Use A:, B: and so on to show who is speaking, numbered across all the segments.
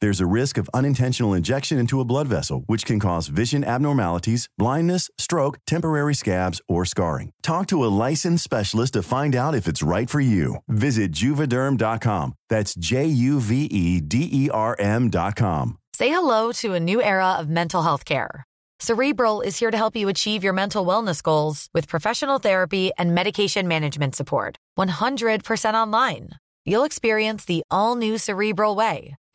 A: There's a risk of unintentional injection into a blood vessel, which can cause vision abnormalities, blindness, stroke, temporary scabs, or scarring. Talk to a licensed specialist to find out if it's right for you. Visit juvederm.com. That's J U V E D E R M.com.
B: Say hello to a new era of mental health care. Cerebral is here to help you achieve your mental wellness goals with professional therapy and medication management support. 100% online. You'll experience the all new Cerebral Way,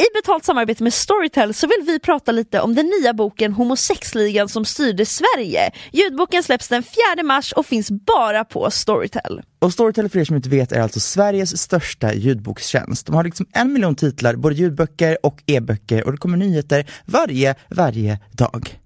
C: I betalt samarbete med Storytel så vill vi prata lite om den nya boken Homosexligan som styrde Sverige. Ljudboken släpps den 4 mars och finns bara på Storytel.
D: Och Storytel för er som inte vet är alltså Sveriges största ljudbokstjänst. De har liksom en miljon titlar, både ljudböcker och e-böcker och det kommer nyheter varje, varje dag.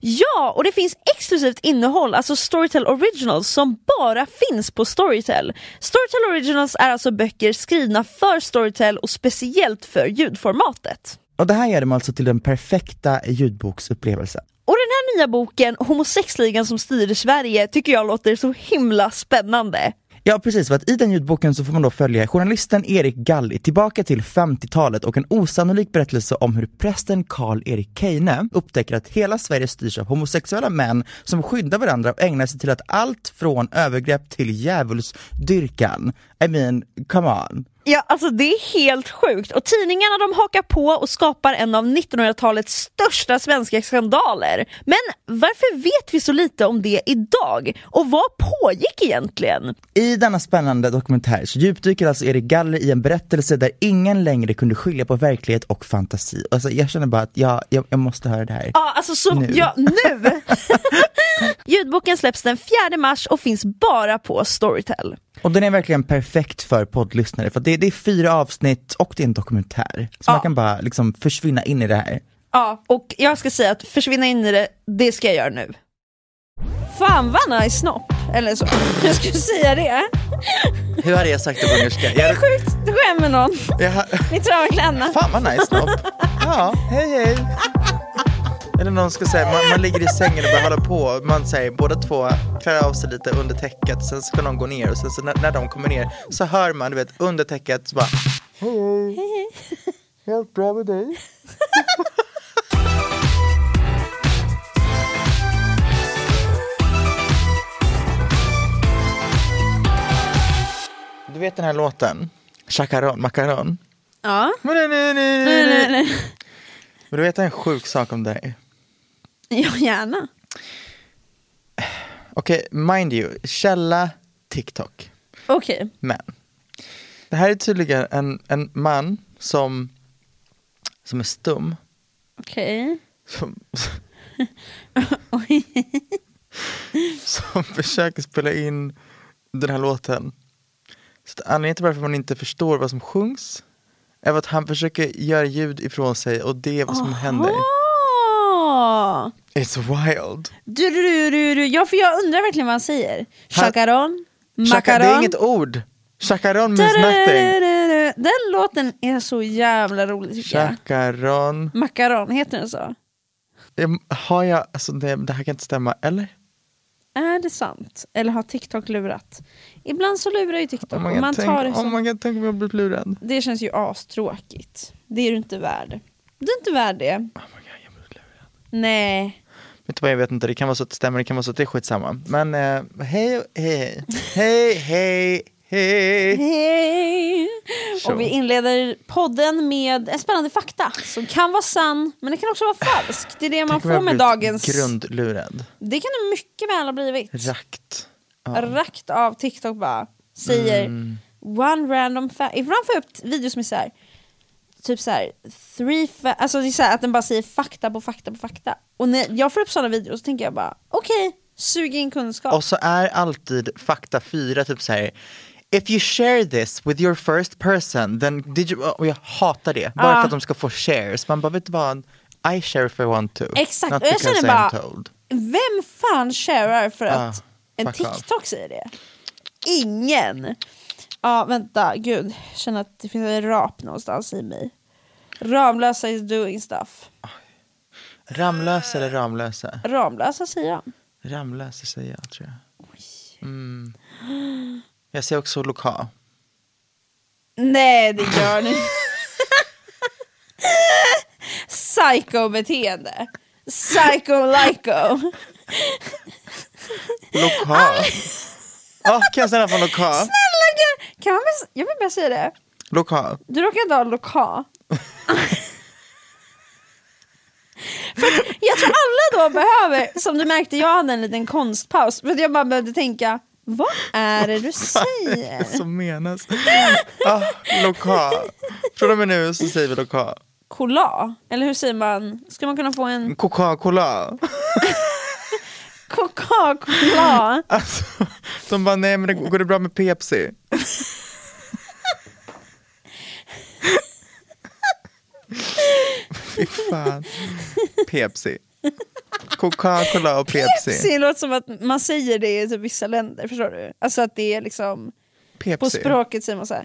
C: Ja, och det finns exklusivt innehåll, alltså Storytel Originals, som bara finns på Storytel. Storytel Originals är alltså böcker skrivna för Storytel och speciellt för ljudformatet.
D: Och det här gör dem alltså till den perfekta ljudboksupplevelsen.
C: Och den här nya boken, Homosexligan som styr Sverige, tycker jag låter så himla spännande.
D: Ja precis, för att i den ljudboken så får man då följa journalisten Erik Galli tillbaka till 50-talet och en osannolik berättelse om hur prästen Karl-Erik Keine upptäcker att hela Sverige styrs av homosexuella män som skyddar varandra och ägnar sig till att allt från övergrepp till djävulsdyrkan. I mean, come on.
C: Ja, alltså det är helt sjukt och tidningarna de hakar på och skapar en av 1900-talets största svenska skandaler. Men varför vet vi så lite om det idag? Och vad pågick egentligen?
D: I denna spännande dokumentär så djupdyker alltså Erik Galler i en berättelse där ingen längre kunde skilja på verklighet och fantasi. Alltså jag känner bara att jag, jag, jag måste höra det här.
C: Ja, alltså så,
D: Nu.
C: nu. ja nu! Ljudboken släpps den 4 mars och finns bara på Storytel.
D: Och den är verkligen perfekt för poddlyssnare för att det, det är fyra avsnitt och det är en dokumentär. Så man
C: Ja.
D: kan bara liksom försvinna in i det här.
C: Ja, och jag ska säga att försvinna in i det, det ska jag göra nu. Fan vad nice snopp, eller så. Jag skulle säga det.
D: Hur hade jag sagt det på engelska?
C: Det är sjukt, du skämmer med någon. Ni travar klänna.
D: Fan vad nice snopp. Ja, hej hej. Eller någon ska säga, man, man ligger i sängen och börjar hålla på. Man säger, båda två klär av sig lite under täcket. Sen ska någon gå ner och sen så när, när de kommer ner så hör man, du vet, under täcket så bara. Hej hej. Helt bra med dig. vet den här låten? Chacaron, macaron.
C: Ja. Nej, nej,
D: Men
C: nej.
D: du vet en sjuk sak om dig?
C: Ja, gärna.
D: Okej, mind you, källa TikTok.
C: Okej.
D: Men det här är tydligen en, en man som, som är stum.
C: Okej.
D: Som,
C: Oj.
D: som försöker spela in den här låten. Så att anledningen till varför man inte förstår vad som sjungs är för att han försöker göra ljud ifrån sig och det är vad som händer.
C: Åh!
D: It's wild.
C: Du, du, du, du, du. Ja, för jag undrar verkligen vad han säger.
D: Han-
C: Chacaron,
D: Chaka, det är
C: macaron.
D: inget ord. Chacaron means nothing.
C: Da-da-da-da-da. Den låten är så jävla rolig tycker jag.
D: Chacaron.
C: Macaron, heter den så?
D: Det- Har jag, alltså det, det här kan inte stämma, eller?
C: Är det sant? Eller har TikTok lurat? Ibland så lurar ju TikTok.
D: Oh
C: och
D: my god,
C: man
D: tänk,
C: tar det,
D: oh
C: som...
D: my god, tänk om jag blir lurad.
C: det känns ju astråkigt. Det är du inte värd. Du är inte värd det.
D: Oh my god, jag blir lurad.
C: Nej.
D: Vet du vad, jag vet inte, det kan vara så att det stämmer, det kan vara så att det är skitsamma. Men eh, hej, hej, hej, hej, hej.
C: Hej!
D: Så.
C: Och vi inleder podden med en spännande fakta som kan vara sann, men det kan också vara falsk. Det är det man
D: Tänk om jag
C: får med
D: blivit
C: dagens...
D: Grundlurad.
C: Det kan du mycket väl ha blivit.
D: Rakt. Ja.
C: Rakt av TikTok bara säger
D: Mm.
C: one random fact. Ibland får jag upp videos som är så här, typ så här, three fa- alltså det är så här att den bara säger fakta på fakta på fakta. Och när jag får upp sådana videos så tänker jag bara okej, sug in kunskap.
D: Och så är alltid fakta fyra typ så här. If you share this with your first person, then did you, och jag hatar det. Bara
C: Ah.
D: för att de ska få shares. Man bara, vet du vad? I share if I want to.
C: Exakt,
D: Not
C: och jag
D: because
C: känner
D: I'm
C: bara-
D: told.
C: Vem fan sharar för att
D: Ah,
C: en
D: fuck off.
C: TikTok säger det? Ingen! Ja, vänta, gud, jag känner att det finns en rap någonstans i mig. Ramlösa is doing stuff.
D: Ramlösa eller Ramlösa?
C: Ramlösa säger jag.
D: Ramlösa säger jag tror jag. Mm. Jag säger också lokal.
C: Nej, det gör ni Psycho-beteende. Psycho-lyco.
D: Lokal. Ja, kan jag ställa för lokal?
C: Snälla gud! Kan man bara, jag vill bara säga det.
D: Lokal.
C: Du råkar inte ha lokal. för att jag tror alla då behöver, som du märkte, jag hade en liten konstpaus. För att jag bara behövde tänka, vad är det du
D: Det är
C: säger?
D: som menas. Ah, lokal. Från och med nu så säger vi lokal.
C: Kola? Eller hur säger man? Ska man kunna få en
D: Coca-Cola.
C: Coca-Cola?
D: Alltså, de bara, nej men det, går det bra med Pepsi? Fy fan. Pepsi. Coca-Cola och Pepsi.
C: Pepsi låter som att man säger det i typ vissa länder, förstår du? Alltså att det är liksom, på
D: Pepsi.
C: språket säger man så här.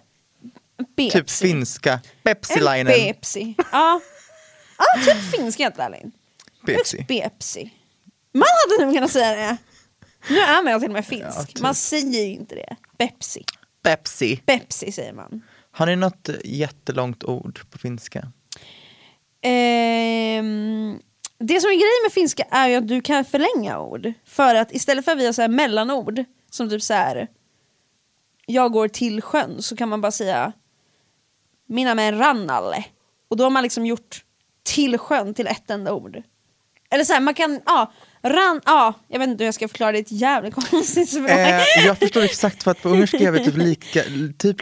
C: Pepsi.
D: Typ finska.
C: En
D: Pepsi-linen.
C: Pepsi. Ja. ja, typ finska helt ärligt.
D: Pepsi.
C: Pepsi. Man hade nog kunnat säga det. Nu är man ju till och med finsk.
D: Ja, typ.
C: Man säger ju inte det. Pepsi.
D: Pepsi.
C: Pepsi säger man.
D: Har ni något eh, jättelångt ord på finska?
C: Ehm, det som är grejen med finska är ju att du kan förlänga ord. För att istället för att vi har så här mellanord, som typ så här. jag går till sjön, så kan man bara säga mina med rannalle. Och då har man liksom gjort till sjön till ett enda ord. Eller så här, man kan, ja, ran, ja, jag vet inte hur jag ska förklara det, det är ett jävligt konstigt språk.
D: Eh, jag förstår exakt för att på ungerska gör vi typ, lika, typ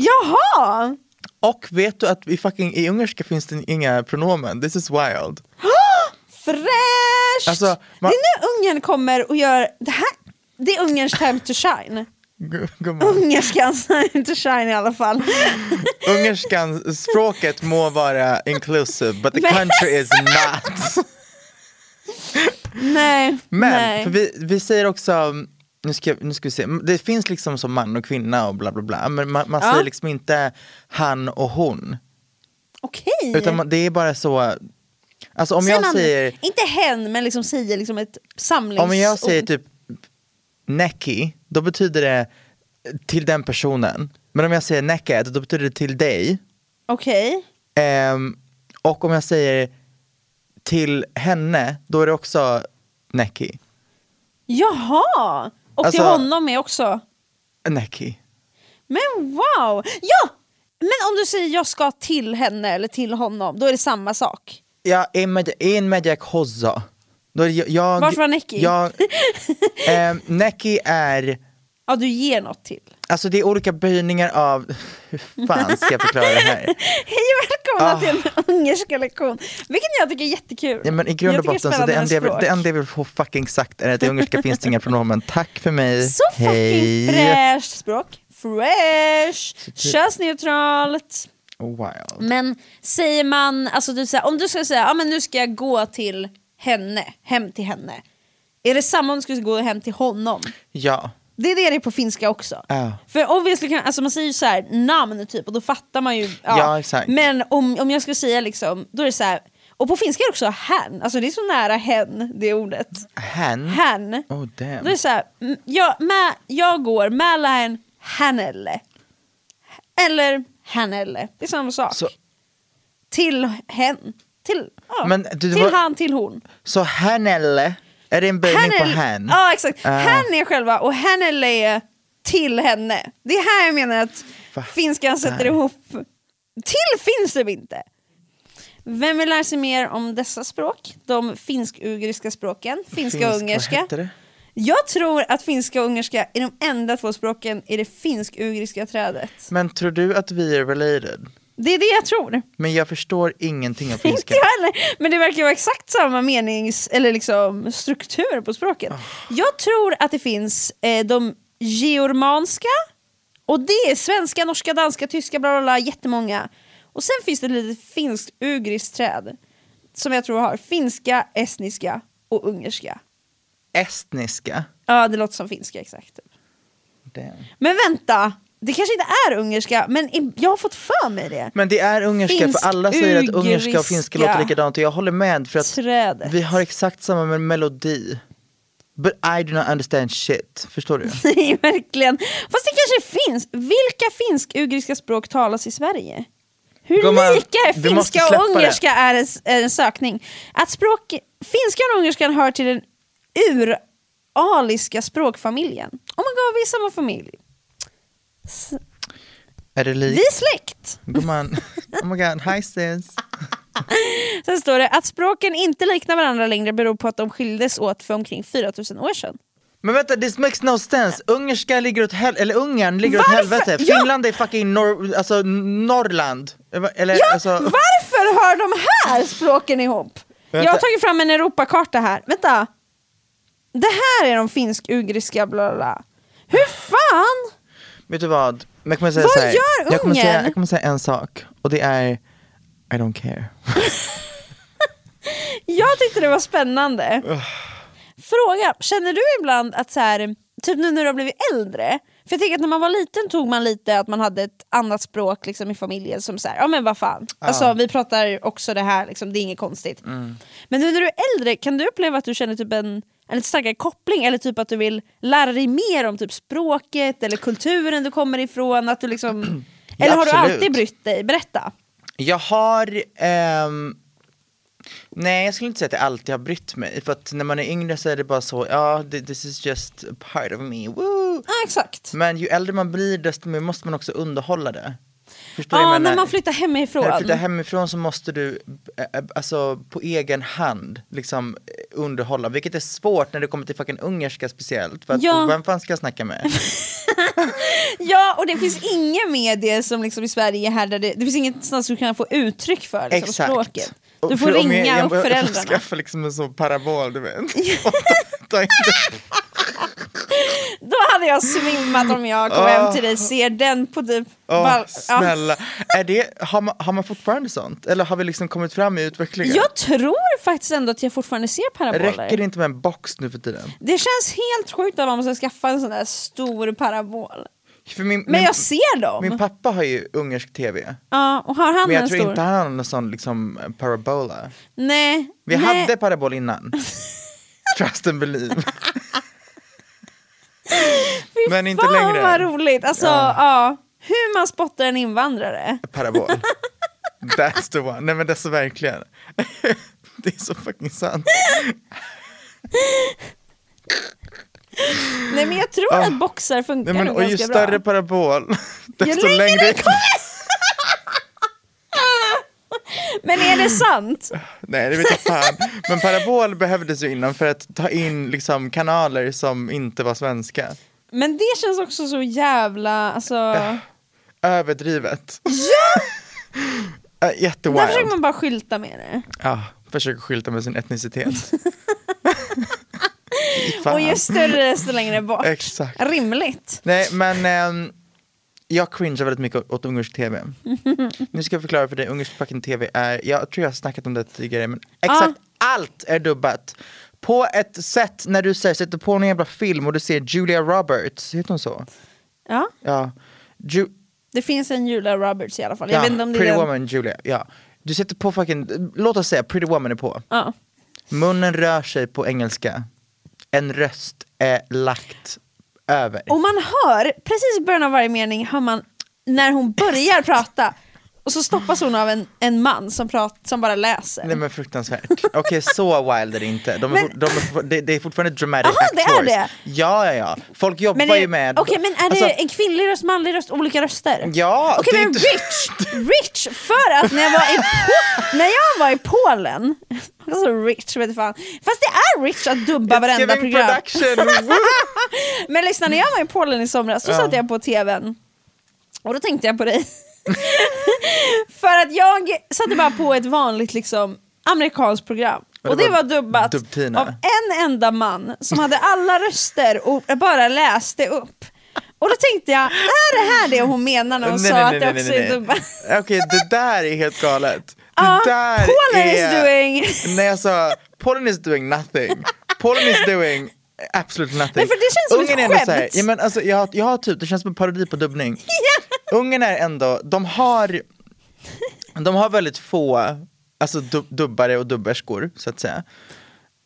C: Jaha!
D: Och vet du att i, fucking, i ungerska finns det inga pronomen? This is wild.
C: Fräscht!
D: Alltså, man-
C: Det är nu Ungern kommer och gör det här. Det är Ungerns time to shine.
D: Gu- Gumman.
C: Ungerskans time to shine i alla fall.
D: Ungerskan, språket må vara inclusive but the country is not.
C: Nej.
D: Men
C: nej.
D: för vi, vi säger också, nu ska, nu ska vi se, det finns liksom som man och kvinna och bla bla bla, men man, man
C: Ja.
D: säger liksom inte han och hon.
C: Okej.
D: Utan man, det är bara så, alltså om
C: Säger
D: jag
C: man-
D: säger,
C: Inte hen, men liksom säger liksom ett samlingsord.
D: om jag säger typ Neki, då betyder det till den personen. Men om jag säger Neket, då betyder det till dig.
C: Okej.
D: Ehm, och om jag säger till henne, då är det också Neki.
C: Jaha! Och till
D: Alltså-
C: honom är också...
D: Neki.
C: Men wow! Ja! Men om du säger jag ska till henne eller till honom, då är det samma sak.
D: Ja, en med, en med Jack Hozza. Då är jag, jag,
C: Vart var Neki?
D: Jag, ehm, Neki är,
C: Ja, du ger något till.
D: alltså det är olika böjningar av, hur fan ska jag förklara det här?
C: Hej och välkomna
D: Ah.
C: till en ungerska lektion, vilket jag tycker är jättekul.
D: Ja, men i grund
C: Jag
D: och
C: tycker
D: botten, så det enda, jag vill,
C: spännande
D: det
C: språk.
D: enda jag vill få fucking sagt är att i ungerska finns det inga pronomen. Tack för mig,
C: Så fucking fräscht språk. Fresh, könsneutralt.
D: Wild.
C: Men säger man, alltså du säger, om du ska säga ah, men nu ska jag gå till henne, hem till henne. Är det samma om du skulle gå hem till honom?
D: Ja.
C: Det är det det är på finska också.
D: Ja.
C: För obviously, kan, alltså man säger ju så här, namn typ och då fattar man ju.
D: Ja, exakt.
C: Men om, om jag skulle säga liksom, då är det så här, och på finska är det också hen, alltså det är så nära hen det ordet.
D: Hen.
C: Hen.
D: Oh damn.
C: Då är det så här, mm, jag, med, jag går mellan hänelle. Eller hänelle. Det är samma sak.
D: Så-
C: Till hen. Till, ja.
D: Men du, det
C: till
D: var-
C: han, till hon.
D: Så hänelle, är det en böjning på
C: Hänelle-
D: hen?
C: Ja exakt.
D: Ah.
C: Hen är själva och hänelle är till henne. Det är här jag menar att
D: Fattar.
C: finskan sätter ihop. Till finns det inte. Vem vill lära sig mer om dessa språk? De finsk-ugriska språken, finska och
D: Finsk, Vad
C: ungerska.
D: heter det?
C: Jag tror att finska och ungerska är de enda två språken i det finsk-ugriska trädet.
D: Men tror du att vi är related?
C: Det är det jag tror.
D: Men jag förstår ingenting av
C: Inte
D: finska.
C: jag heller, men det verkar vara exakt samma menings eller liksom struktur på språket. Jag tror att det finns eh, de geormanska, och det är svenska, norska, danska, tyska, bla bla bla, jättemånga. Och sen finns det ett litet finskt ugriskt träd som jag tror har finska, estniska och ungerska.
D: Estniska?
C: Ja, det låter som finska exakt.
D: Damn.
C: Men vänta, det kanske inte är ungerska, men i- jag har fått för mig det.
D: Men det är ungerska
C: Finsk,
D: för alla säger att ungerska
C: ugriska.
D: och finska låter likadant och jag håller med för att
C: Trädet.
D: vi har exakt samma med- melodi. But I do not understand shit, förstår du?
C: Nej, verkligen. Fast det kanske finns. Vilka finsk-ugriska språk talas i Sverige? Hur
D: Gumman,
C: lika är
D: vi måste
C: finska
D: släppa
C: och
D: det.
C: ungerska är en, är en sökning. Att språk, finska och ungerskan hör till den uraliska språkfamiljen. Oh my god, vi är samma familj.
D: Är det
C: Vi
D: likt?
C: är släkt.
D: Gumman, oh my god, hi sis.
C: Sen står det att språken inte liknar varandra längre beror på att de skildes åt för omkring 4000 år sedan.
D: Men vänta, this makes no sense. Ungerska ligger åt helvete, eller Ungern ligger åt
C: Varför?
D: helvete.
C: Ja.
D: Finland är fucking nor- alltså, Norrland. Eller,
C: Ja,
D: alltså,
C: varför hör de här språken ihop? Jag har
D: Vänta.
C: tagit fram en Europakarta här. Vänta. Det här är de finsk-ugriska bla bla, bla. Hur fan?
D: vet du vad? Men Jag kommer säga
C: Vad
D: så här,
C: gör
D: jag kommer, säga,
C: Ungern?
D: jag kommer säga en sak, och det är I don't care.
C: Jag tyckte det var spännande. Fråga, känner du ibland att så här, typ nu när du har blivit äldre, för jag tänker att när man var liten tog man lite att man hade ett annat språk liksom, i familjen som så här, ja men vad fan, alltså, vi pratar också det här, liksom, det är inget konstigt.
D: Mm.
C: Men nu när du är äldre, kan du uppleva att du känner typ en, en lite starkare koppling eller typ att du vill lära dig mer om typ språket eller kulturen du kommer ifrån? Att du liksom,
D: Ja,
C: eller har du
D: absolut. Mm.
C: alltid brytt dig? Berätta.
D: Jag har... ehm, nej, jag skulle inte säga att jag alltid har brytt mig. För att när man är yngre så är det bara så, ja, th- this is just a part of me, woo!
C: Ja, exakt.
D: Men ju äldre man blir, desto mer måste man också underhålla det. Förstår du vad
C: Ja,
D: jag
C: när
D: menar?
C: man flyttar hemifrån.
D: När du flyttar hemifrån så måste du eh, eh, alltså, på egen hand liksom, eh, underhålla, vilket är svårt när det kommer till fucking ungerska speciellt. För att,
C: Ja.
D: och vem fan ska jag snacka med?
C: Ja, och det finns inga medier som liksom i Sverige här där det, det finns ingenstans du kan få uttryck för liksom, språket.
D: Och
C: Du får
D: för- om
C: ringa
D: jag, jag,
C: upp
D: jag, jag får
C: föräldrarna.
D: skaffa liksom en sån parabol, du vet. Och ta- ta in det.
C: Då hade jag svimmat om jag kom hem till dig ser den på typ...
D: Åh,
C: ball- ja.
D: snälla. Är det, har, man, har man fortfarande sånt? Eller har vi liksom kommit fram i utvecklingen?
C: Jag tror faktiskt ändå att jag fortfarande ser paraboler.
D: Räcker det inte med en box nu för tiden?
C: Det känns helt sjukt att man måste skaffa en sån där stor parabol.
D: För min,
C: Men jag ser dem.
D: min pappa har ju ungersk tv,
C: ja, och har han
D: men
C: en
D: jag tror
C: stor?
D: inte han har någon sån liksom eh, parabola.
C: Nej.
D: Vi
C: nej.
D: hade parabol innan. Trust and believe.
C: Fy
D: men inte
C: fan
D: längre.
C: vad roligt. Alltså, ja.
D: Ja.
C: Hur man spottar en invandrare.
D: Parabol. That's the one. Nej men det är så verkligen. det är så fucking sant.
C: Nej men jag tror att boxar funkar
D: Nej, men,
C: nog
D: och ju
C: ganska bra.
D: större parabol, desto
C: längre
D: längre...
C: Men är det sant?
D: Nej, det vet jag fan. Men parabol behövdes ju innan för att ta in liksom, kanaler som inte var svenska.
C: Men det känns också så jävla, alltså.
D: Äh, Överdrivet.
C: Där
D: Ja!
C: försöker
D: Jättewild.
C: man bara skylta med det.
D: Ja, försöker skylta med sin etnicitet. Fy fan.
C: Och ju större desto längre bort.
D: Exakt.
C: Rimligt.
D: Nej, men ehm, jag cringear väldigt mycket åt- åt ungersk tv. nu ska jag förklara för dig, ungersk fucking tv är, jag tror jag har snackat om det tidigare, men
C: Ah.
D: exakt allt är dubbat. På ett sätt när du säger, sätter på någon jävla film och du ser Julia Roberts, heter hon så?
C: Ja,
D: Ja. Ju-
C: det finns en Julia Roberts i alla fall. Jag
D: ja,
C: vet inte om det
D: Pretty
C: är den.
D: Woman, Julia. Ja. Du sätter på fucking, låt oss säga Pretty Woman är på.
C: Ja.
D: Munnen rör sig på engelska. En röst är lagt över.
C: Och man hör, precis i början av varje mening hör man när hon börjar prata och så stoppas hon av en, en man som, prat, som bara läser.
D: Nej men fruktansvärt. Okej så wild är det inte. De är,
C: Men-
D: for- de är, for- det, det är fortfarande dramatic
C: Aha, det är
D: actors.
C: det.
D: Ja ja ja. Folk jobbar
C: Men är,
D: ju med.
C: Okej men är det
D: Alltså,
C: en kvinnlig röst, manlig röst, olika röster?
D: Ja,
C: Okej
D: det är
C: men
D: inte-
C: rich, rich! För att när jag var i, när jag var i Polen, alltså rich vet du fan. Fast det är rich att dubba
D: it's
C: varenda
D: giving
C: program.
D: production. Woo!
C: Men lyssna, när jag
D: Mm.
C: var i Polen i somras så satt jag på tvn och då tänkte jag på dig. För att jag satte bara på ett vanligt liksom, amerikanskt program.
D: det
C: Och det
D: var
C: var dubbat
D: dubbtina.
C: av en enda man som hade alla röster och bara läste upp. Och då tänkte jag, är det här det hon menar när hon sa att det också är dubbat?
D: Okej det där är helt galet. Det
C: Ja,
D: där
C: Polen is
D: är...
C: doing-
D: Nej jag sa Polen is doing nothing. Polen is doing absolutely nothing.
C: Nej, för det känns som ett
D: Ungern är ändå
C: skämt.
D: så här- ja, men alltså, jag, har- jag har typ, det känns som en parodi på dubbning. Ungern är ändå, de har, de har väldigt få alltså, dub- dubbare och dubberskor så att säga.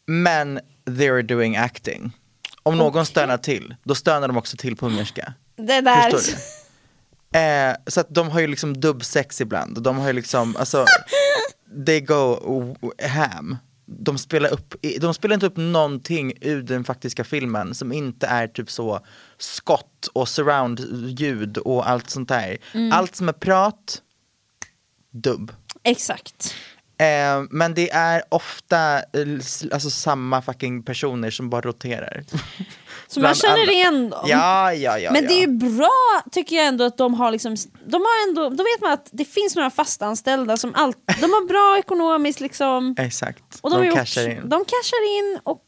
D: Men they're doing acting. Om någon stönar till, då stönar de också till på ungerska.
C: Det där...
D: Förstår du? Eh, så att de har ju liksom dubbsex ibland, och de har ju liksom, alltså, they go w- ham. De spelar, upp, i- de spelar inte upp någonting ur den faktiska filmen som inte är typ så skott och surround-ljud och allt sånt där.
C: Mm.
D: Allt som är prat, dubb.
C: Exakt.
D: Eh, men det är ofta eh, s- alltså, samma fucking personer som bara roterar.
C: Så man
D: Bland
C: känner
D: alla.
C: igen dem.
D: Ja, ja, ja.
C: Men
D: ja.
C: det är ju bra tycker jag ändå att de har liksom, de har ändå, då vet man att det finns några fastanställda som allt, de har bra ekonomiskt liksom.
D: Exakt,
C: Och
D: Eh, de,
C: är
D: cashar
C: också,
D: in.
C: De cashar in och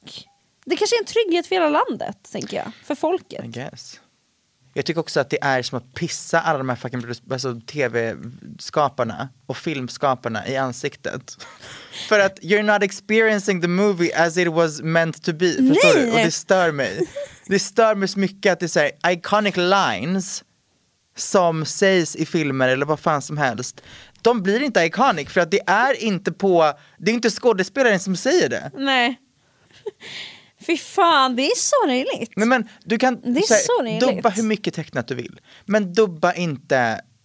C: det kanske är en trygghet för hela landet, tänker jag. För folket.
D: I guess. Jag tycker också att det är som att pissa alla de här fucking produ- alltså, tv-skaparna och filmskaparna i ansiktet. För att you're not experiencing the movie as it was meant to be. Förstår
C: Nej!
D: du? Och det stör mig. Det stör mig så mycket att det är så här, iconic lines som sägs i filmer eller vad fan som helst. De blir inte iconic för att det är inte på, det är inte skådespelaren som säger det.
C: Nej. Fy fan, det är sorgligt.
D: Nej men du kan
C: Det är
D: så här,
C: så rimligt.
D: dubba hur mycket tecknat du vill. Men dubba inte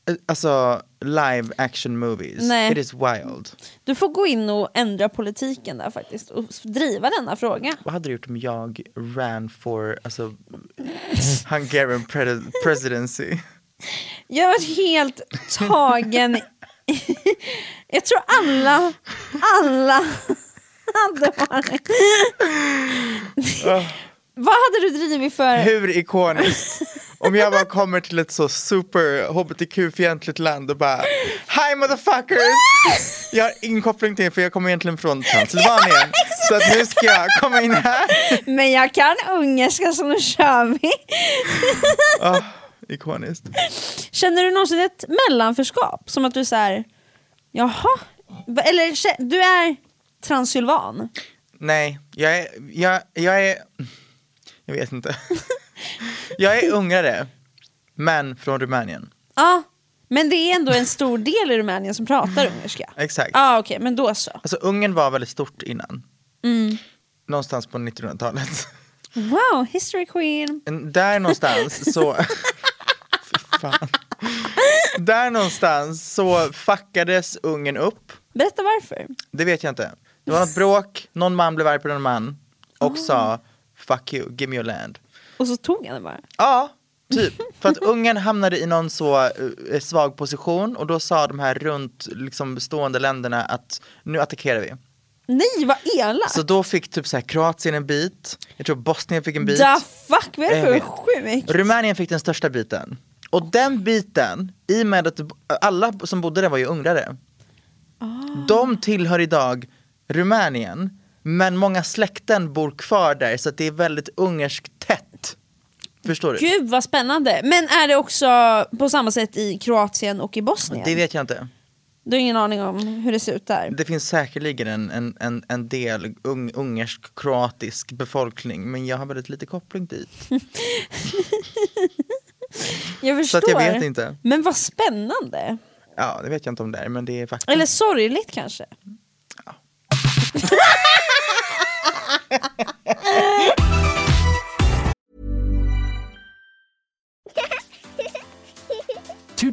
D: eh, alltså, live action movies.
C: Nej.
D: It is wild.
C: Du får gå in och ändra politiken där faktiskt och s- driva denna fråga.
D: Vad hade du gjort om jag ran for alltså, Hungarian pre- presidency?
C: Jag var helt tagen. jag tror alla, alla hade varit... Vad hade du drivit för?
D: Hur ikoniskt? Om jag bara kommer till ett så super hbtq-fientligt land och bara Hi motherfuckers! Jag har ingen koppling till er för jag kommer egentligen från Transylvanien. Så att nu ska jag komma in här.
C: Men jag kan ungerska så nu kör vi.
D: Oh, ikoniskt.
C: Känner du någonsin ett mellanförskap? Som att du säger, jaha? Va- Eller kä- du är transylvan?
D: Nej, jag är, jag, jag är, jag vet inte. Jag är ungrare, men från Rumänien.
C: Ja, men det är ändå en stor del i Rumänien som pratar ungerska.
D: Exakt.
C: Ja, okej, men då så.
D: Alltså Ungern var väldigt stort innan. Någonstans på 1900-talet.
C: Wow, history queen.
D: En- Där någonstans så... Fy fan. Där någonstans så fuckades Ungern upp.
C: Berätta varför.
D: Det vet jag inte. Det var något bråk, någon man blev arg på någon man och sa fuck you, give me your land.
C: Och så tog han den bara.
D: Ja, typ. För att ungen hamnade i någon så eh, svag position och då sa de här runt liksom, stående länderna att nu attackerar vi.
C: Nej vad elakt!
D: Så då fick typ så här Kroatien en bit, jag tror Bosnien fick en bit.
C: Da fuck, vad är det
D: Jag
C: för
D: vet.
C: sjukt?
D: Rumänien fick den största biten. Och den biten, i och med att alla som bodde där var ju ungrare.
C: Ah.
D: De tillhör idag Rumänien, men många släkten bor kvar där så att det är väldigt ungerskt tätt. Förstår du?
C: Gud vad spännande! Men är det också på samma sätt i Kroatien och i Bosnien?
D: Det vet jag inte.
C: Du har ingen aning om hur det ser ut där?
D: Det finns säkerligen en, en, en, en del un, ungersk-kroatisk befolkning, men jag har väldigt lite koppling dit.
C: Jag
D: Så
C: förstår.
D: att jag vet inte.
C: Men vad spännande!
D: Ja, det vet jag inte om det är, men det är faktiskt...
C: Eller sorgligt kanske?
E: Too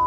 F: a-"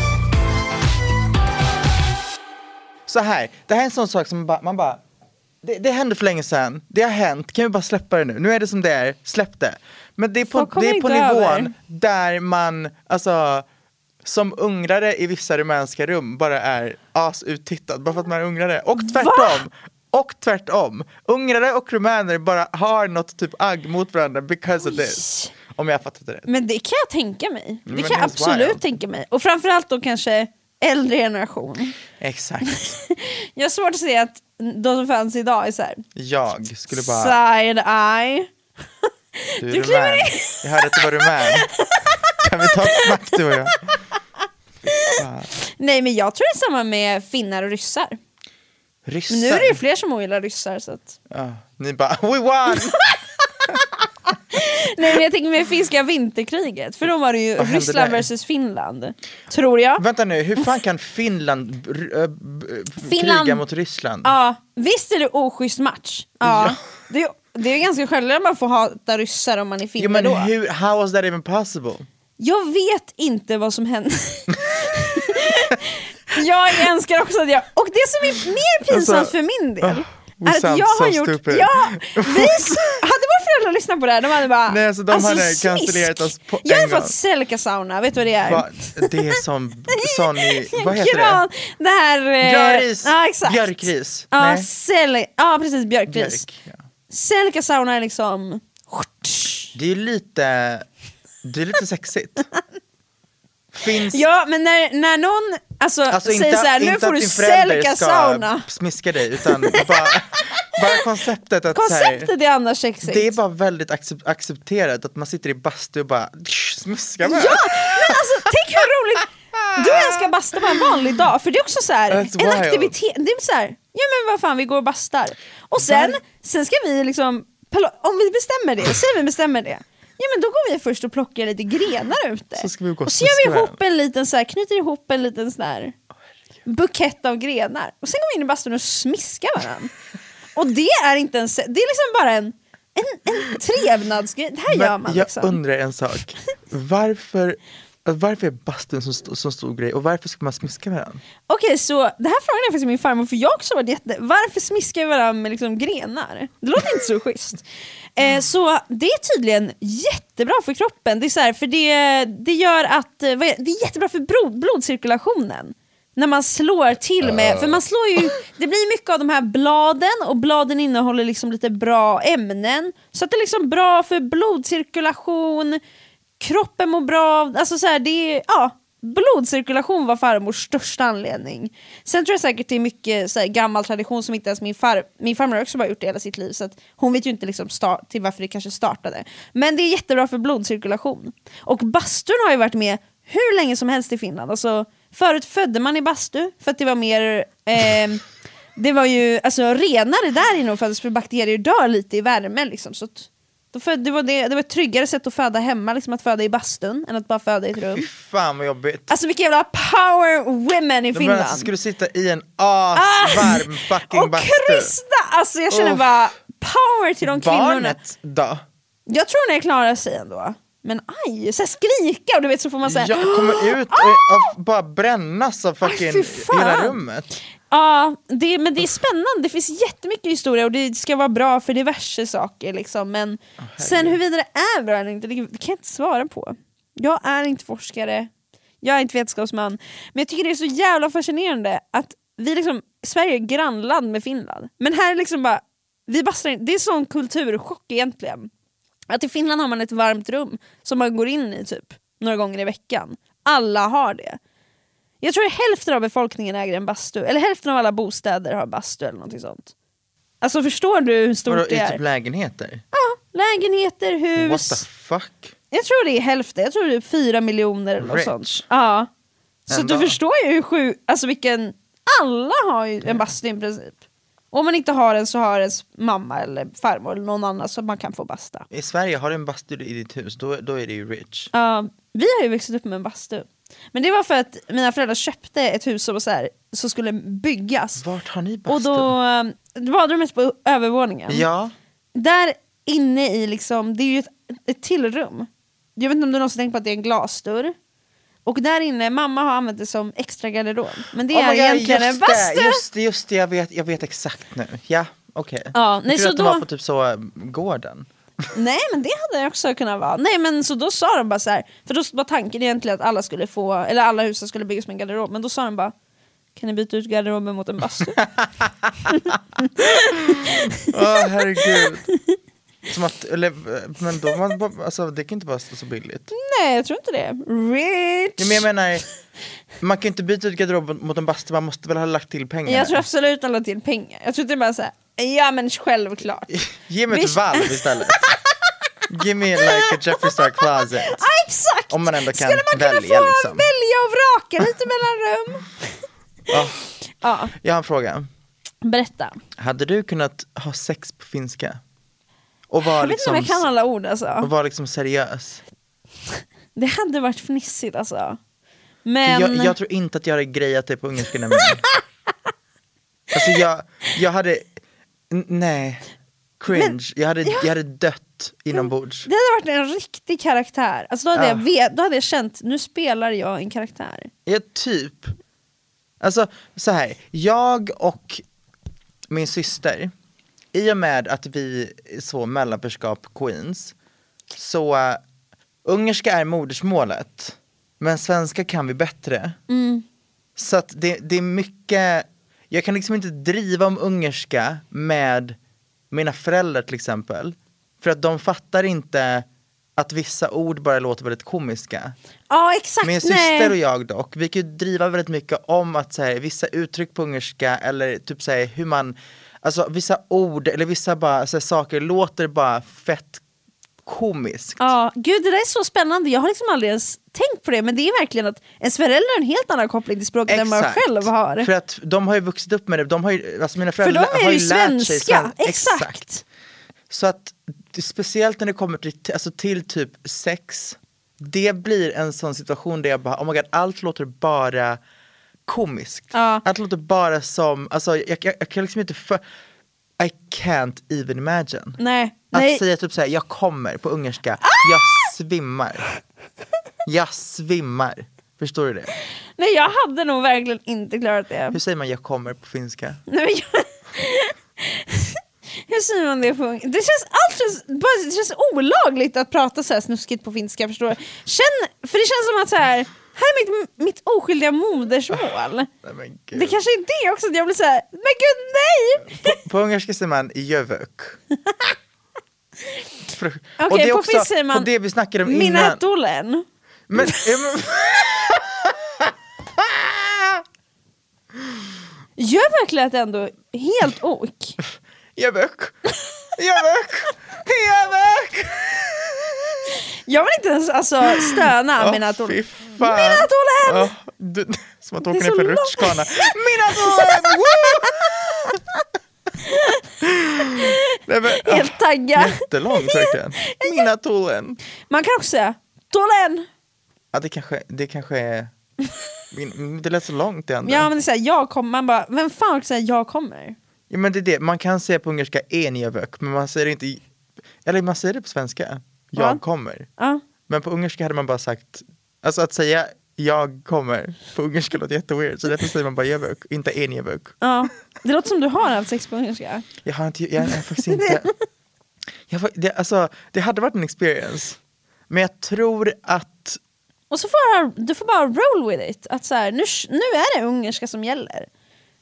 D: Så här, det här är en sån sak som man bara, man bara det, det hände för länge sedan, det har hänt, kan vi bara släppa det nu? Nu är det som det är, släpp det. Men det är
C: Folk
D: på,
C: kommer
D: det är på
C: inte
D: nivån
C: över.
D: där man, alltså, som ungrare i vissa rumänska rum bara är asuttittad bara för att man är ungrare. Och tvärtom! Och tvärtom. Ungrare och rumäner bara har något typ agg mot varandra because of this. Om jag har fattat det rätt.
C: Men det kan jag tänka mig. Det
D: Men
C: kan jag
D: that's
C: absolut
D: wild.
C: tänka mig. Och framförallt då kanske äldre generation.
D: Exakt.
C: Jag har svårt att se att de som fanns idag är såhär
D: Jag skulle bara...
C: side-eye.
D: Du, är
C: du kliver
D: rumän.
C: in.
D: Jag hörde att du var rumän. Kan vi ta ett snack du och jag?
C: Nej men jag tror det är samma med finnar och ryssar.
D: Ryssar.
C: Men nu är det ju fler som ogillar ryssar så att...
D: Ja, ni bara we won!
C: Nej men jag tänker med finska vinterkriget, för då var det ju
D: Vad hände
C: Ryssland
D: där?
C: versus Finland. Tror jag.
D: Vänta nu, hur fan kan Finland, r- ö, b- ö,
C: Finland-
D: kriga mot Ryssland?
C: Ja, visst är det oschysst match? Ja. Det, är- det är ganska självklart att man får hata ryssar om man är finne
D: jo, men
C: då.
D: hur, how was that even possible?
C: Jag vet inte vad som hände. jag önskar också att jag... Och det som är mer pinsamt
D: Alltså,
C: för min del
D: we
C: är att
D: sound
C: jag
D: so
C: har gjort...
D: stupid.
C: Ja, vi, hade våra föräldrar lyssnat på det här, de hade bara...
D: Nej, alltså, de hade cancellerat oss på
C: Jag
D: en
C: hade
D: gång.
C: fått selkasauna, vet du vad det är?
D: Va, det är som, sån, i- vad heter det?
C: Gran, det här... eh,
D: Björris,
C: Ja, exakt.
D: björkris.
C: Ja,
D: Nej.
C: sel, ja precis, björkris.
D: Björk, ja.
C: Selkasauna är liksom...
D: Det är ju lite, det är lite sexigt. Finns,
C: Ja, men när, när någon alltså,
D: alltså
C: säger
D: inte,
C: såhär, nu
D: inte
C: får
D: att
C: du
D: din förälder ska
C: selkasauna.
D: smiska dig utan bara Bara konceptet att så här-
C: Konceptet är annars sexigt.
D: Det är bara väldigt accep- accepterat att man sitter i bastu och bara smuskar med.
C: Ja, men alltså tänk hur roligt! Du och jag ska basta på en vanlig dag, för det är också så här,
D: That's
C: en
D: wild.
C: aktivitet, det är så här, ja men vad fan vi går och bastar. Och sen, sen ska vi liksom, pl- om vi bestämmer det, säg vi bestämmer det, ja men då går vi först och plockar lite grenar ute.
D: Så ska vi gå och
C: och så gör vi
D: snuska
C: ihop en liten så här, knyter ihop en liten sån här bukett av grenar. Och sen går vi in i bastun och smiskar varandra. och det är inte en, se- det är liksom bara en, en, en trevnadsgrej, det här gör
D: Men
C: man
D: jag
C: liksom.
D: undrar en sak. Varför, varför är bastun så, st- så stor grej och varför ska man smiska med den?
C: Okej, så det här frågan är faktiskt min farmor, för jag har också varit jätte... Varför smiskar vi varandra med liksom grenar? Det låter inte så schysst. Eh, så det är tydligen jättebra för kroppen, det är så här, för det, det gör att... eh, vad är- Det är jättebra för bro- blodcirkulationen. När man slår till med, för man slår ju, det blir mycket av de här bladen och bladen innehåller liksom lite bra ämnen. Så att det är liksom bra för blodcirkulation, kroppen mår bra, av- alltså så här, det är, ja, blodcirkulation var farmors största anledning. Sen tror jag säkert det är mycket så här, gammal tradition som inte ens min, far, min farmor har också bara gjort det hela sitt liv så att hon vet ju inte liksom start, till varför det kanske startade. Men det är jättebra för blodcirkulation. Och bastun har ju varit med hur länge som helst i Finland. Alltså, förut födde man i bastu för att det var mer ehm, det var ju alltså, renare där inne och föddes för bakterier dör lite i värme. Liksom, så att, då födde, det, var det, det var ett tryggare sätt att föda hemma, liksom, att föda i bastun än att bara föda i ett rum.
D: Fy fan vad jobbigt.
C: Alltså vilka jävla power women i
D: Men
C: Finland! Ah!
D: alltså, ska du sitta i en asvarm fucking
C: och
D: bastu?
C: krysta! Alltså jag känner
D: Uff.
C: bara power till de kvinnorna.
D: Barnet då?
C: Jag tror ni klarar sig ändå. Men aj, så här skrika och du vet så får man säga
D: Jag kommer ut och, och bara brännas av fucking
C: fy fan.
D: hela rummet.
C: Ja, det, men det är spännande. Det finns jättemycket historia och det ska vara bra för diverse saker. Liksom. Men sen huruvida det är bra eller inte, det det kan jag inte svara på. Jag är inte forskare, jag är inte vetenskapsman. Men jag tycker det är så jävla fascinerande att vi liksom, Sverige är grannland med Finland. Men här är liksom bara, vi bastar in, det är sån kulturchock egentligen. Att i Finland har man ett varmt rum som man går in i typ några gånger i veckan. Alla har det. Jag tror hälften av befolkningen äger en bastu, eller hälften av alla bostäder har bastu eller någonting sånt. Alltså förstår du hur stort
D: Vadå,
C: det
D: i
C: är?
D: typ lägenheter?
C: Lägenheter,
D: What
C: hus.
D: the fuck?
C: Jag tror det är hälften, jag tror det är fyra miljoner eller något
D: Rich.
C: sånt. Ja. Så
D: Ändå.
C: du förstår ju hur sju, alltså vilken, alla har ju en bastu i princip. Om man inte har en så har ens mamma eller farmor eller någon annan som man kan få basta.
D: I Sverige, har du en bastu i ditt hus, då, då är det ju rich.
C: Ja, vi har ju vuxit upp med en bastu. Men det var för att mina föräldrar köpte ett hus som, var så här, som skulle byggas.
D: Vart har ni bastu?
C: Och då eh, badrummet på övervåningen.
D: Ja,
C: Där inne i liksom, det är ju ett, ett till rum. Jag vet inte om du någonsin tänkt på att det är en glasdörr. Och där inne, mamma har använt det som extra garderob. Men det
D: Oh my
C: är
D: God,
C: egentligen
D: just
C: en bastu!
D: Det, just det, just det, jag vet, jag vet exakt nu. Ja, okej.
C: Ja,
D: Jag
C: nej,
D: trodde
C: så
D: att de
C: då-
D: var på typ så, eh, gården.
C: Nej men det hade jag också kunnat vara. Nej men så då sa de bara så här, för då var tanken egentligen att alla skulle få, eller alla husen skulle byggas med en garderob, men då sa de bara kan ni byta ut garderoben mot en bastu?
D: Åh herregud. Som att, eller, eh, men då man, bara- alltså, det kan inte vara så så billigt.
C: Nej jag tror inte det. Rich!
D: Ja, men jag menar, man kan ju inte byta ut garderoben mot en bastu, man måste väl ha lagt till pengar.
C: Jag tror absolut alla till pengar. Jag tror inte bara såhär, ja men självklart.
D: Ge mig ett
C: Visst.
D: valv istället. Give me like a Jeffree Star closet.
C: Ja Ah, exakt!
D: Om man ändå kan
C: Skulle man kunna
D: välja,
C: få
D: liksom.
C: välja och vraka lite mellan rum?
D: Ja.
C: Ja,
D: Jag har en fråga.
C: berätta.
D: Hade du kunnat ha sex på finska? Och vara
C: Jag vet inte om
D: liksom,
C: jag kan alla ord alltså.
D: och vara liksom seriös?
C: Det hade varit fnissigt alltså.
D: För
C: Men...
D: Jag, jag tror inte att jag hade grejat dig på ungerska nämligen. alltså jag, jag hade, n- nej, cringe. jag, hade, jag hade dött inombords.
C: Det hade varit en riktig karaktär. Alltså då, hade
D: Ja.
C: jag vet, då hade jag känt, nu spelar jag en karaktär.
D: Ja, typ. Alltså så här, jag och min syster, i och med att vi är så mellanperskap queens, så eh, ungerska är modersmålet, men svenska kan vi bättre. Så att det, det är mycket, jag kan liksom inte driva om ungerska med mina föräldrar till exempel, för att de fattar inte att vissa ord bara låter väldigt komiska.
C: Ja exakt,
D: Min
C: nej.
D: syster och jag dock, vi kan ju driva väldigt mycket om att så här, vissa uttryck på ungerska eller typ så här, hur man alltså vissa ord eller vissa bara, så här, saker låter bara fett komiskt.
C: Ja, gud det där är så spännande. Jag har liksom aldrig ens tänkt på det. Men det är verkligen att ens föräldrar har en helt annan koppling till språket än man själv har.
D: För att de har ju vuxit upp med det, de har ju, alltså mina
C: För de
D: föräldrar
C: är
D: har
C: ju
D: lärt sig
C: svenska.
D: sven-
C: Exakt.
D: Så att det- speciellt när det kommer till, alltså till typ sex, det blir en sån situation där jag bara, oh my god, allt låter bara komiskt.
C: Ja.
D: Allt låter bara som, alltså jag, jag, jag kan liksom inte för, I can't even imagine.
C: Nej.
D: Att
C: Nej. Ah!
D: säga typ såhär, jag kommer på ungerska, jag svimmar. Jag svimmar. Förstår du det?
C: Nej, jag hade nog verkligen inte klarat det.
D: Hur säger man jag kommer på finska?
C: Nej, men jag... Hur säger man det på ung- det känns, allt känns, bara, det känns olagligt att prata så här snuskigt på finska, förstår du? Känn, för det känns som att så här, här är mitt, mitt oskyldiga modersmål.
D: Nej, men gud.
C: Det kanske är det också, att jag blir så här, men gud nej!
D: På ungerska säger man jövök. Fru- och
C: Okej,
D: det är
C: på
D: också-
C: finska säger man
D: Och det vi snackade om
C: Mina
D: innan.
C: ättolen.
D: Men, ja, men,
C: Gör verkligen att det ändå helt ok.
D: jövök, jövök, jövök.
C: Jag vill inte ens alltså, stöna mina
D: Åh,
C: ättolen.
D: fy fan.
C: Mina ättolen!
D: Ja, du, som att
C: Det
D: åka
C: är så
D: ner för
C: långt.
D: rutschkana. Mina tålen! woo! Nej, men, ja,
C: Helt taggad.
D: Jättelångt verkligen. Mina tålen.
C: Man kan också säga, tolen!
D: Ja, det kanske, det kanske är... min- Det lät så långt det ändå.
C: Ja men det är såhär, jag kommer, man bara, vem fan orkar säga jag kommer?
D: Ja men det är det, man kan säga på ungerska en jövök, men man säger det inte, i- eller man säger det på svenska, jag
C: Ja.
D: kommer.
C: Ja.
D: Men på ungerska hade man bara sagt, alltså att säga jag kommer på ungerska låter jätteweird, så därför säger man bara jövök, inte en jövök.
C: ja. Det låter som du har haft sex på ungerska.
D: Jag har inte, jag, jag har faktiskt inte, jag, har fa- det, alltså det hade varit en experience, men jag tror att,
C: Och så får du, du får bara roll with it, att så här, nu, nu är det ungerska som gäller.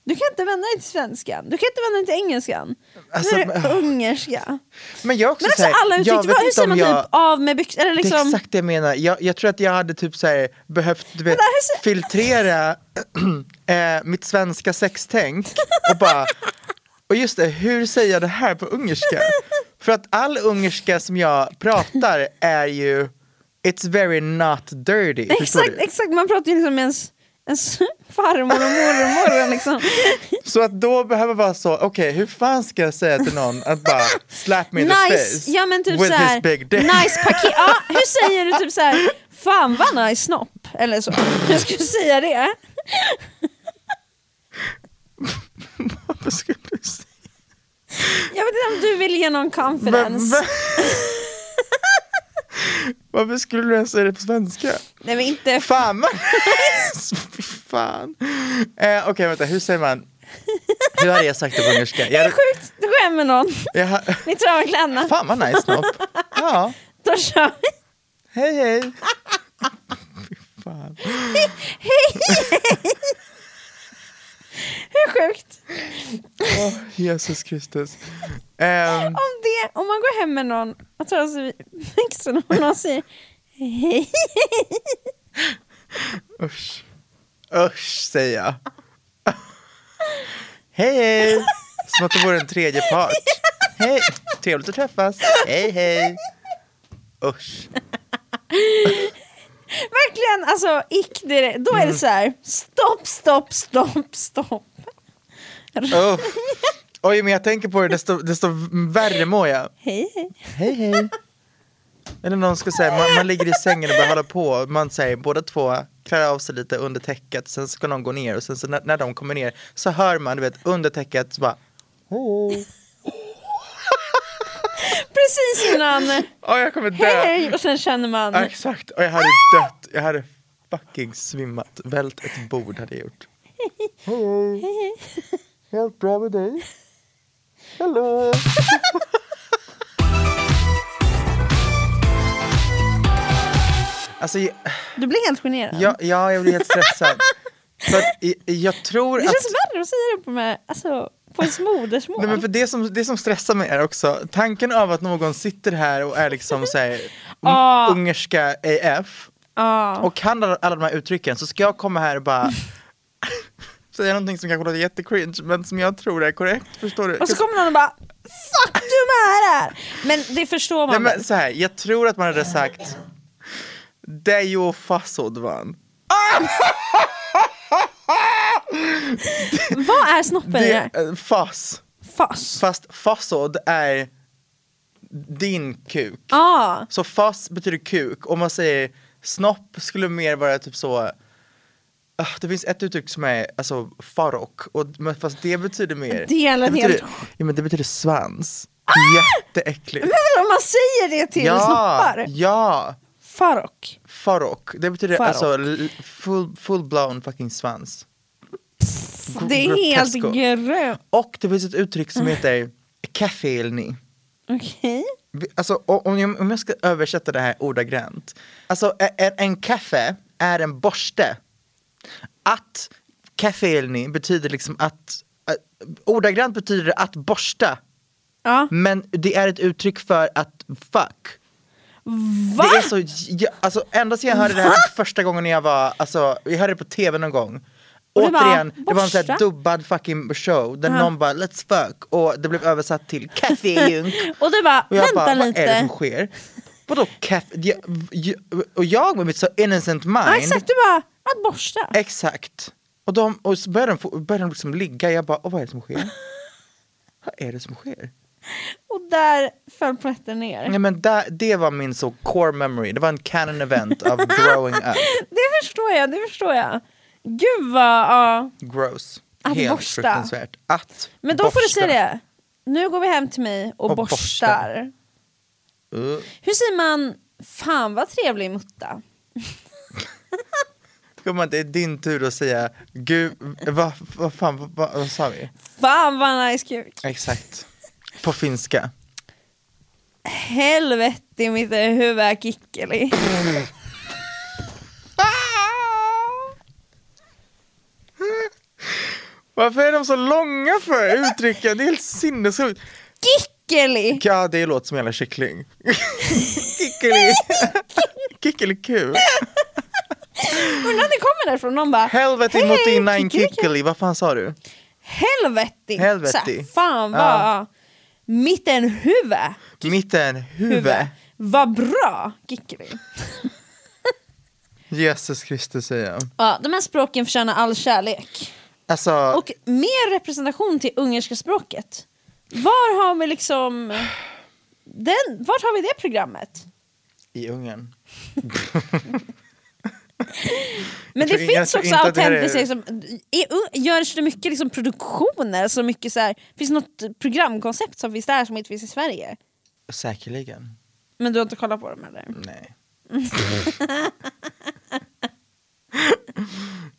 C: Du kan inte vända dig till svenskan, du kan inte vända dig till engelskan.
D: Alltså,
C: nu är det
D: men-
C: ungerska.
D: men jag också
C: Men alltså
D: så här,
C: alla uttryck,
D: jag vet
C: vad- hur
D: inte
C: säger
D: om
C: man
D: jag-
C: typ av med byxor? Eller
D: Det är
C: liksom,
D: exakt det jag menar. Jag, jag tror att jag hade typ så här, behövt du vet,
C: det här är så-
D: filtrera eh, mitt svenska sextänk och bara, och just det, hur säger jag det här på ungerska? För att all ungerska som jag pratar är ju, it's very not dirty. förstår
C: exakt,
D: du?
C: exakt, man pratar ju liksom med ens, ens farmor och mormor liksom.
D: Så att då behöver vara så, okej hur fan ska jag säga till någon att bara slap me in the
C: Nice,
D: face
C: ja men typ
D: with
C: såhär,
D: his big dick?
C: nice paket, ja, hur säger du typ såhär, fan vad nice snopp, eller så, jag skulle säga det.
D: Vad skulle du säga?
C: Jag vet inte om du vill ge någon confidence.
D: Men- Varför skulle du ens säga det på svenska?
C: Nej men inte,
D: Fan vad Fy fan. Eh, Okej vänta, hur säger man? Hur hade jag sagt det på ungerska?
C: det är
D: Jag,
C: sjukt, du går hem med någon,
D: jag, ha-
C: ni travar kläderna,
D: fan vad nice snopp. Ja,
C: då kör vi.
D: hej hej. Fy fan.
C: Hur sjukt?
D: Åh, Jesus Kristus. Ehm,
C: Om det, om man går hem med någon och tar sig vid byxorna och någon säger hej,
D: usch. Usch säger jag. Hej hej. Som att det vore en tredje part. Hej, trevligt att träffas. Hej hej. Usch.
C: verkligen alltså ick, det är det. då är
D: Mm.
C: det så här. stopp, stopp, stopp, stopp.
D: Oh. Oj, men jag tänker på det desto, desto värre mår jag.
C: Hej, hej.
D: Hej hej. Eller någon ska säga, man, man ligger i sängen och bara håller på. Man säger båda två klär av sig lite under täcket. Sen ska någon gå ner och sen så när, när de kommer ner så hör man, du vet, under täcket så bara. Oh.
C: Precis innan,
D: jag kommer dö.
C: hej, hej, och sen känner man,
D: Ja, Exakt, och jag hade dött. Jag hade fucking svimmat. Vält ett bord hade jag gjort. Hej. Helt bra med dig? Hallå. Alltså, jag-
C: du blir helt generad.
D: ja, ja, jag blir helt stressad. För att, jag, jag tror
C: det
D: att...
C: känns värre att säga det på, med, alltså, på ens modersmål.
D: Nej, men för det, som, det som stressar mig är också tanken av att någon sitter här och är liksom såhär
C: Ah.
D: ungerska AF
C: Ja.
D: och kan alla, alla de här uttrycken så ska jag komma här och bara säga någonting som kanske låter jättecringe men som jag tror är korrekt, förstår du?
C: Och så kommer någon och bara Fuck du med här! Men det förstår
D: Nej,
C: man
D: men så här, jag tror att man hade sagt Dejo Fasodvan.
C: Vad är snoppen i det här?
D: Det, eh, fass.
C: Fass.
D: Fast fasod är din kuk.
C: Ah.
D: Så fass betyder kuk. Om man säger snopp skulle mer vara typ så Ah, det finns ett uttryck som är alltså farok, och, men fast det betyder mer
C: Det är en
D: betyder,
C: helt- Ah!
D: ja, men det betyter svans. Jätteäckligt.
C: Men vadå, om man säger det till snoppar?
D: ja,
C: Farok.
D: farok. Det betyder
C: Farok.
D: alltså l- full, full blown fucking svans.
C: Det är helt Mm.
D: Grotesco.
C: grönt.
D: Och det finns ett uttryck som heter kafelni.
C: Okej.
D: Vi- Alltså, o- om, jag, om jag ska översätta det här ordagrant. Alltså e- en, en kaffe är en borste. Att kafelni betyder liksom att, att ordagrant betyder det att borsta.
C: Ja.
D: Men det är ett uttryck för att fuck.
C: Va?
D: Det är så, jag, alltså ända sedan jag hörde det här första gången när jag var, alltså jag hörde det på tv någon gång.
C: det var
D: Återigen, det var en sån här
C: borsta.
D: dubbad fucking show där någon bara let's fuck och det blev översatt till kaffejunk.
C: Och du bara,
D: Och jag
C: vänta
D: bara, vad är det
C: lite.
D: som sker? Vadå kaffe? Jag, jag- och jag med mitt så innocent mind.
C: Ja, exakt, du bara, att borsta.
D: Exakt. Och, de, och så började de, få- började de liksom ligga, jag bara, "Åh, vad är det som sker? vad är det som sker?
C: Och där föll plätten ner.
D: Ja, men där, det var min så core memory, det var en canon event of growing up.
C: Det förstår jag, det förstår jag. Gud vad, ja.
D: Gross.
C: Att
D: Helt
C: borsta.
D: fruktansvärt. Att
C: Men då får du säga
D: borsta.
C: det. Nu går vi hem till mig och,
D: Och borstar.
C: borstar.
D: Uh,
C: Hur säger man, fan vad trevlig mutta?
D: ska man- det är din tur att säga, gud, vad vad fan, vad- vad- vad sa vi?
C: Fan vad nice kuk.
D: Exakt. På finska.
C: Helvete mitt huvud är kickeli.
D: Varför är de så långa för uttrycken? Det är helt sinnessjukt.
C: Kickeli!
D: Ja, det låter som en jävla kyckling. Kickeli. Kickelikul.
C: Undrar om det kommer därifrån, någon bara
D: Helvete
C: "Hej,
D: mot din nine
C: kickeli."
D: kickeli. Vad fan sa du?
C: Helvete!
D: Helvete.
C: Såhär, fan vad... Mitten huvud.
D: Mitten huvud.
C: huvud. Vad bra! Kickeli.
D: Jesus Kristus säger jag.
C: Ja, de här språken förtjänar all kärlek.
D: Alltså,
C: Och mer representation till ungerska språket. Var har vi liksom... Den, vart har vi det programmet?
D: i Ungern.
C: Men
D: tror
C: det
D: ingen- jag
C: finns
D: tror
C: också
D: inte att det här
C: autentiskt,
D: är-
C: liksom, i, u- görs det mycket liksom produktioner? Så mycket så här, finns det något programkoncept som finns där som inte finns i Sverige?
D: Säkerligen.
C: Men du har inte kollat på dem eller?
D: Nej.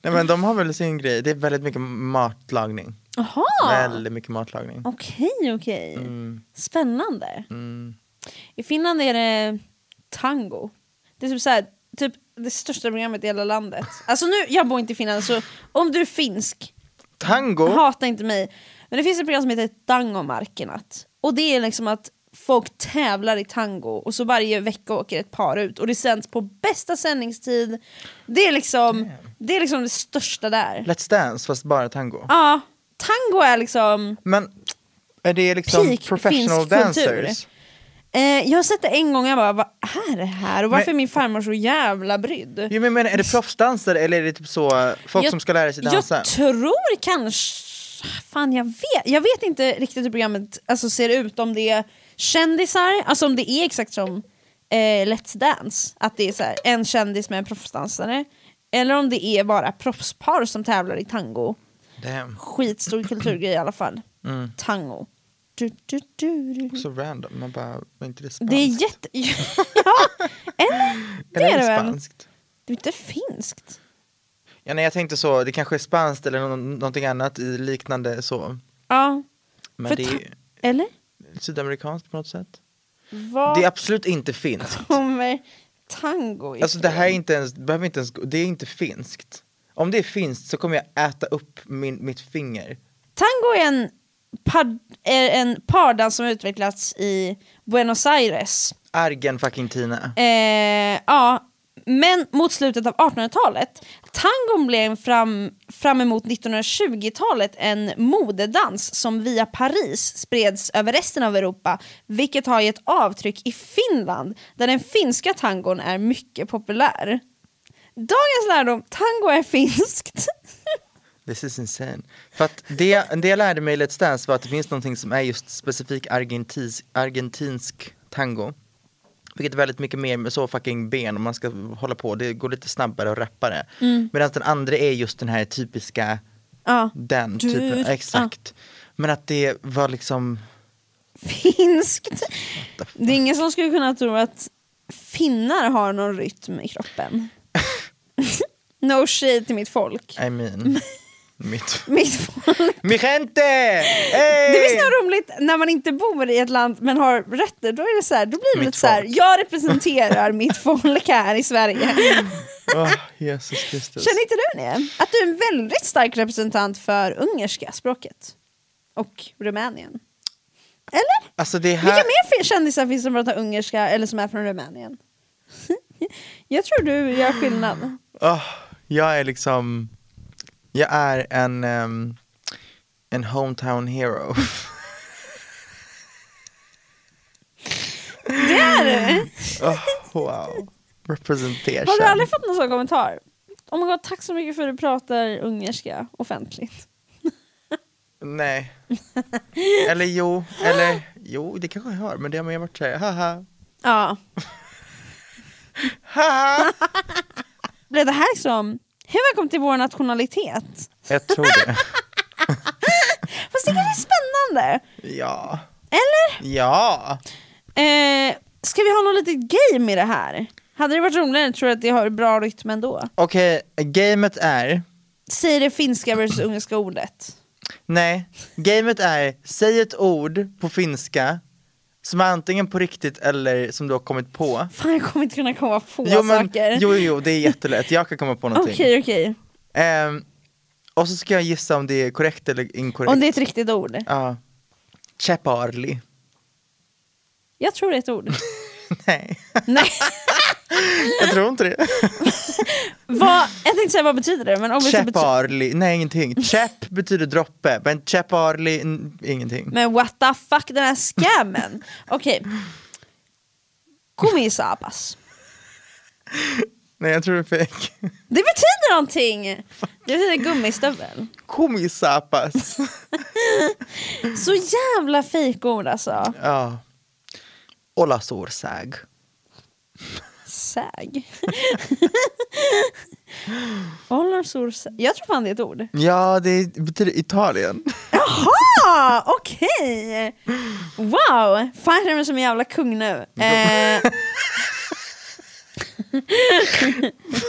D: Nej men de har väl sin grej. Det är väldigt mycket matlagning.
C: Jaha!
D: Väldigt mycket matlagning.
C: Okej, okej. Spännande. I Finland är det tango. Det är typ, så här, typ det största programmet i hela landet. Alltså nu, jag bor inte i Finland så om du är finsk,
D: Tango.
C: hata inte mig. Men det finns ett program som heter Tangomarkenat. Och det är liksom att folk tävlar i tango och så varje vecka åker ett par ut och det sänds på bästa sändningstid. Det är liksom det, är liksom det största där.
D: Let's dance fast bara tango.
C: Ja, tango är liksom...
D: Men är det liksom
C: Peak
D: professional
C: finsk kultur.
D: dancers?
C: Eh, jag har sett det en gång och jag bara, vad är det här? Och varför
D: Men-
C: är min farmor så jävla brydd?
D: Jo men jag menar, är det proffsdansare eller är det typ så eh, folk
C: Jag-
D: som ska lära sig dansa?
C: Jag tror kanske... Fan jag vet, jag vet inte riktigt hur programmet alltså, ser ut, om det är kändisar, alltså om det är exakt som eh, Let's Dance, att det är så här, en kändis med en proffsdansare. Eller om det är bara proffspar som tävlar i tango.
D: Damn,
C: Skitstor kulturgrej i alla fall.
D: Mm.
C: Tango. Du, du, du, du.
D: så random. Man bara, var inte det spanskt?
C: Det är jätte... ja, eller? Det är det väl?
D: spanskt?
C: Det är inte finskt.
D: Ja, nej, jag tänkte så, det kanske är spanskt eller nå- någonting annat i liknande så.
C: Ja.
D: Men
C: För
D: det är ju
C: Eller?
D: sydamerikanskt på något sätt.
C: Vad
D: Det är absolut inte finskt.
C: kommer tango ifrån?
D: Alltså det här är inte ens, behöver inte ens, gå- det är inte finskt. Om det är finskt så kommer jag äta upp min, mitt finger.
C: Tango är en, par, är en pardans som utvecklats i Buenos Aires.
D: Argen fucking Tina.
C: Eh, ja, Men mot slutet av 1800-talet, tangon blev fram, fram emot 1920-talet en modedans som via Paris spreds över resten av Europa, vilket har gett avtryck i Finland, där den finska tangon är mycket populär. Dagens lärdom, tango är finskt.
D: This is insane. För att det, det jag lärde mig i Let's Dance var att det finns någonting som är just specifik argentis, argentinsk tango. Vilket är väldigt mycket mer med så fucking ben om man ska hålla på, det går lite snabbare och rappare.
C: Mm.
D: Medan den andra är just den här typiska,
C: Ja.
D: den
C: Du-
D: typen, exakt. Men att det var liksom,
C: Finskt. Det är ingen som skulle kunna tro att finnar har någon rytm i kroppen. no shade till mitt folk.
D: I mean, mitt.
C: Mitt folk.
D: Mi gente!
C: Det är
D: Hey!
C: väl snarare roligt när man inte bor i ett land men har rötter, då, är det så här, då blir det
D: Mitt
C: lite så här,
D: folk.
C: jag representerar mitt folk här i Sverige.
D: Åh, Jesus Kristus.
C: Känner inte du det? Att du är en väldigt stark representant för ungerska språket. Och Rumänien. Eller?
D: Alltså det
C: Vilka
D: här,
C: mer fin- kändisar finns som pratar ungerska eller som är från Rumänien? jag tror du gör skillnad.
D: Åh, jag är liksom, jag är en, ehm, en hometown hero.
C: Det är du!
D: Åh, wow. Representation.
C: Har du aldrig fått någon sån kommentar? Oh my god, tack så mycket för att du pratar ungerska offentligt.
D: Nej. Eller jo, eller jo, det kanske jag har, men det har man ju varit såhär, haha,
C: Ja.
D: haha.
C: Blev det här som, hej välkommen till vår nationalitet?
D: Jag tror det.
C: Fast det kanske är spännande?
D: Ja.
C: Eller?
D: Ja.
C: Eh, ska vi ha något litet game i det här? Hade det varit roligare tror jag att det har bra rytm ändå.
D: Okej, gamet är,
C: Säg det finska versus ungerska ordet.
D: nej, gamet är, säg ett ord på finska som är antingen på riktigt eller som du har kommit på.
C: Fan jag kommer inte kunna komma på
D: Jo, men,
C: saker.
D: jo, jo, jo, det är jättelätt. Jag kan komma på någonting.
C: Okej okej,
D: Ehm, och så ska jag gissa om det är korrekt eller inkorrekt.
C: om det är ett riktigt ord.
D: Ja. Chaparli.
C: Jag tror det är ett ord.
D: Nej,
C: Nej.
D: jag tror inte det.
C: Vad, jag tänkte säga vad betyder det, men om vi ska bety-
D: Chaparli, nej ingenting. Chap betyder droppe, men chaparli, n- ingenting.
C: Men what the fuck den här scammen. Okej. Kumisaapas.
D: Nej jag tror det är fejk.
C: Det betyder någonting! Det betyder gummistövel.
D: Komisapas.
C: Så jävla fejkord alltså.
D: ja. Olasorsag.
C: Säg. Ollarsor- Jag tror fan det är ett ord.
D: Ja, det betyder Italien.
C: Jaha, okej! Wow! Fan jag känner mig som en jävla kung nu. Eh,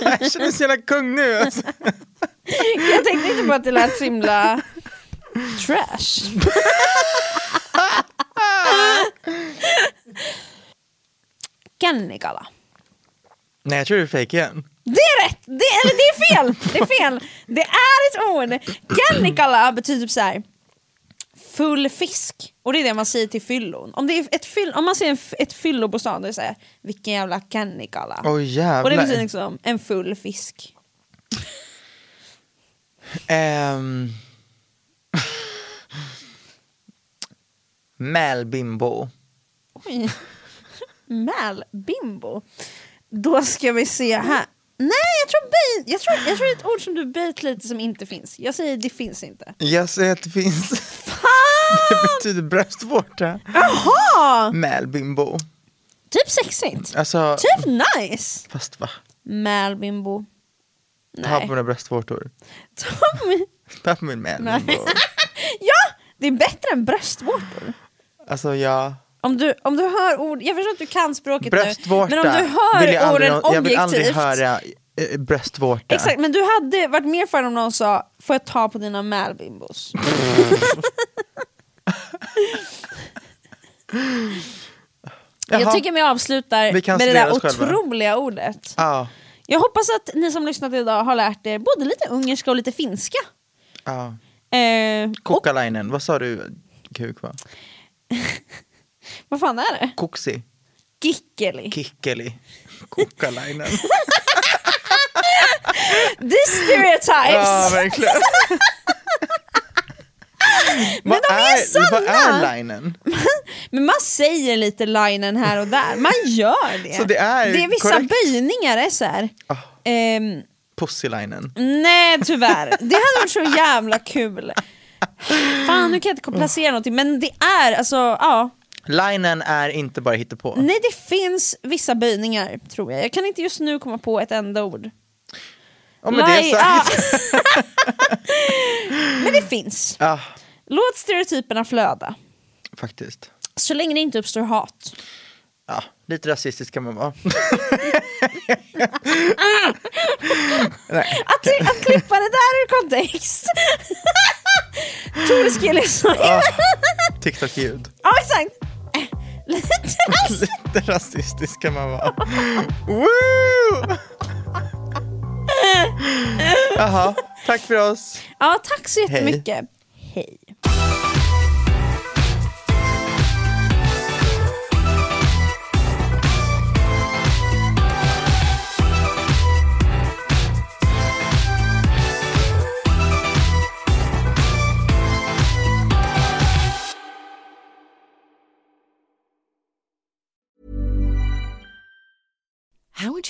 D: Jag känner mig så jävla kung nu. alltså.
C: jag tänkte inte på att det lät så himla trash. Kannikala.
D: Nej jag tror det är fejk igen.
C: Det är rätt! Det, eller det är fel! Det är fel! Det är ett ord! Gannikala betyder typ så här full fisk. Och det är det man säger till fyllon. Om, det är ett fyll, om man säger en f- ett fyllo på stan, då är det så här, vilken jävla gannikala.
D: Åh jävlar.
C: och det betyder liksom en full fisk.
D: Ehm. Mälbimbo.
C: Oj. Mäl, bimbo. Då ska vi se här. Nej, jag tror, bait, jag, tror, jag tror det är ett ord som du böjt lite som inte finns. Jag säger det finns inte.
D: Jag säger att det finns.
C: Fan!
D: Det betyder bröstvårta.
C: Jaha!
D: Mälbimbo.
C: Typ sexigt.
D: Alltså,
C: Typ nice!
D: fast va?
C: Mälbimbo.
D: Ta
C: Nej.
D: på mina bröstvårtor.
C: Tommy.
D: Ta på min mälbimbo.
C: Ja! Det är bättre än bröstvårtor.
D: Alltså ja.
C: Om du, om du hör ord, jag förstår att du kan språket
D: Bröstvårta.
C: nu, men om du
D: vill jag
C: hör
D: aldrig
C: orden
D: nå- Jag vill aldrig
C: objektivt.
D: höra eh, bröstvårta.
C: Exakt, men du hade varit mer för om någon sa får jag ta på dina mälbimbos?
D: Jaha.
C: Jag tycker vi avslutar
D: Vi
C: med
D: kan
C: det
D: studera
C: där
D: oss själva.
C: otroliga ordet.
D: Ja.
C: Jag hoppas att ni som lyssnat idag har lärt er både lite ungerska och lite finska.
D: Ja.
C: Eh, och,
D: Kokkalainen, vad sa du kuk va?
C: vad fan är det?
D: Koksi?
C: Gikkeli.
D: Kikkeli? Kokkalainen?
C: These
G: Ja,
C: stereotypes!
G: verkligen. Men
C: de är sanna.
G: Vad är linen?
C: Men man säger lite linen här och där, man gör det.
G: Så det är
C: vissa
G: korrekt. Ah.
C: böjningar är så här. Ehm,
G: Pussylinen.
C: Mm. nej tyvärr, det hade varit så jävla kul. Fan nu kan jag inte placera någonting, men det är alltså, ja.
G: Linen är inte bara hittepå.
C: Nej det finns vissa böjningar tror jag, jag kan inte just nu komma på ett enda ord.
G: Och med det
C: Li-
G: sagt,
C: ah. men det finns.
G: ja,
C: Låt stereotyperna flöda,
G: faktiskt.
C: så länge det inte uppstår hat.
G: Ja, lite rasistisk kan man vara.
C: Att, att klippa det där ur kontext. Tore Skelius och jag.
G: TikTok-ljud.
C: Ja exakt. Lite alltså.
G: Lite rasistisk kan man vara. Woo! Jaha, tack för oss.
C: Ja tack så jättemycket. Hej.
H: How would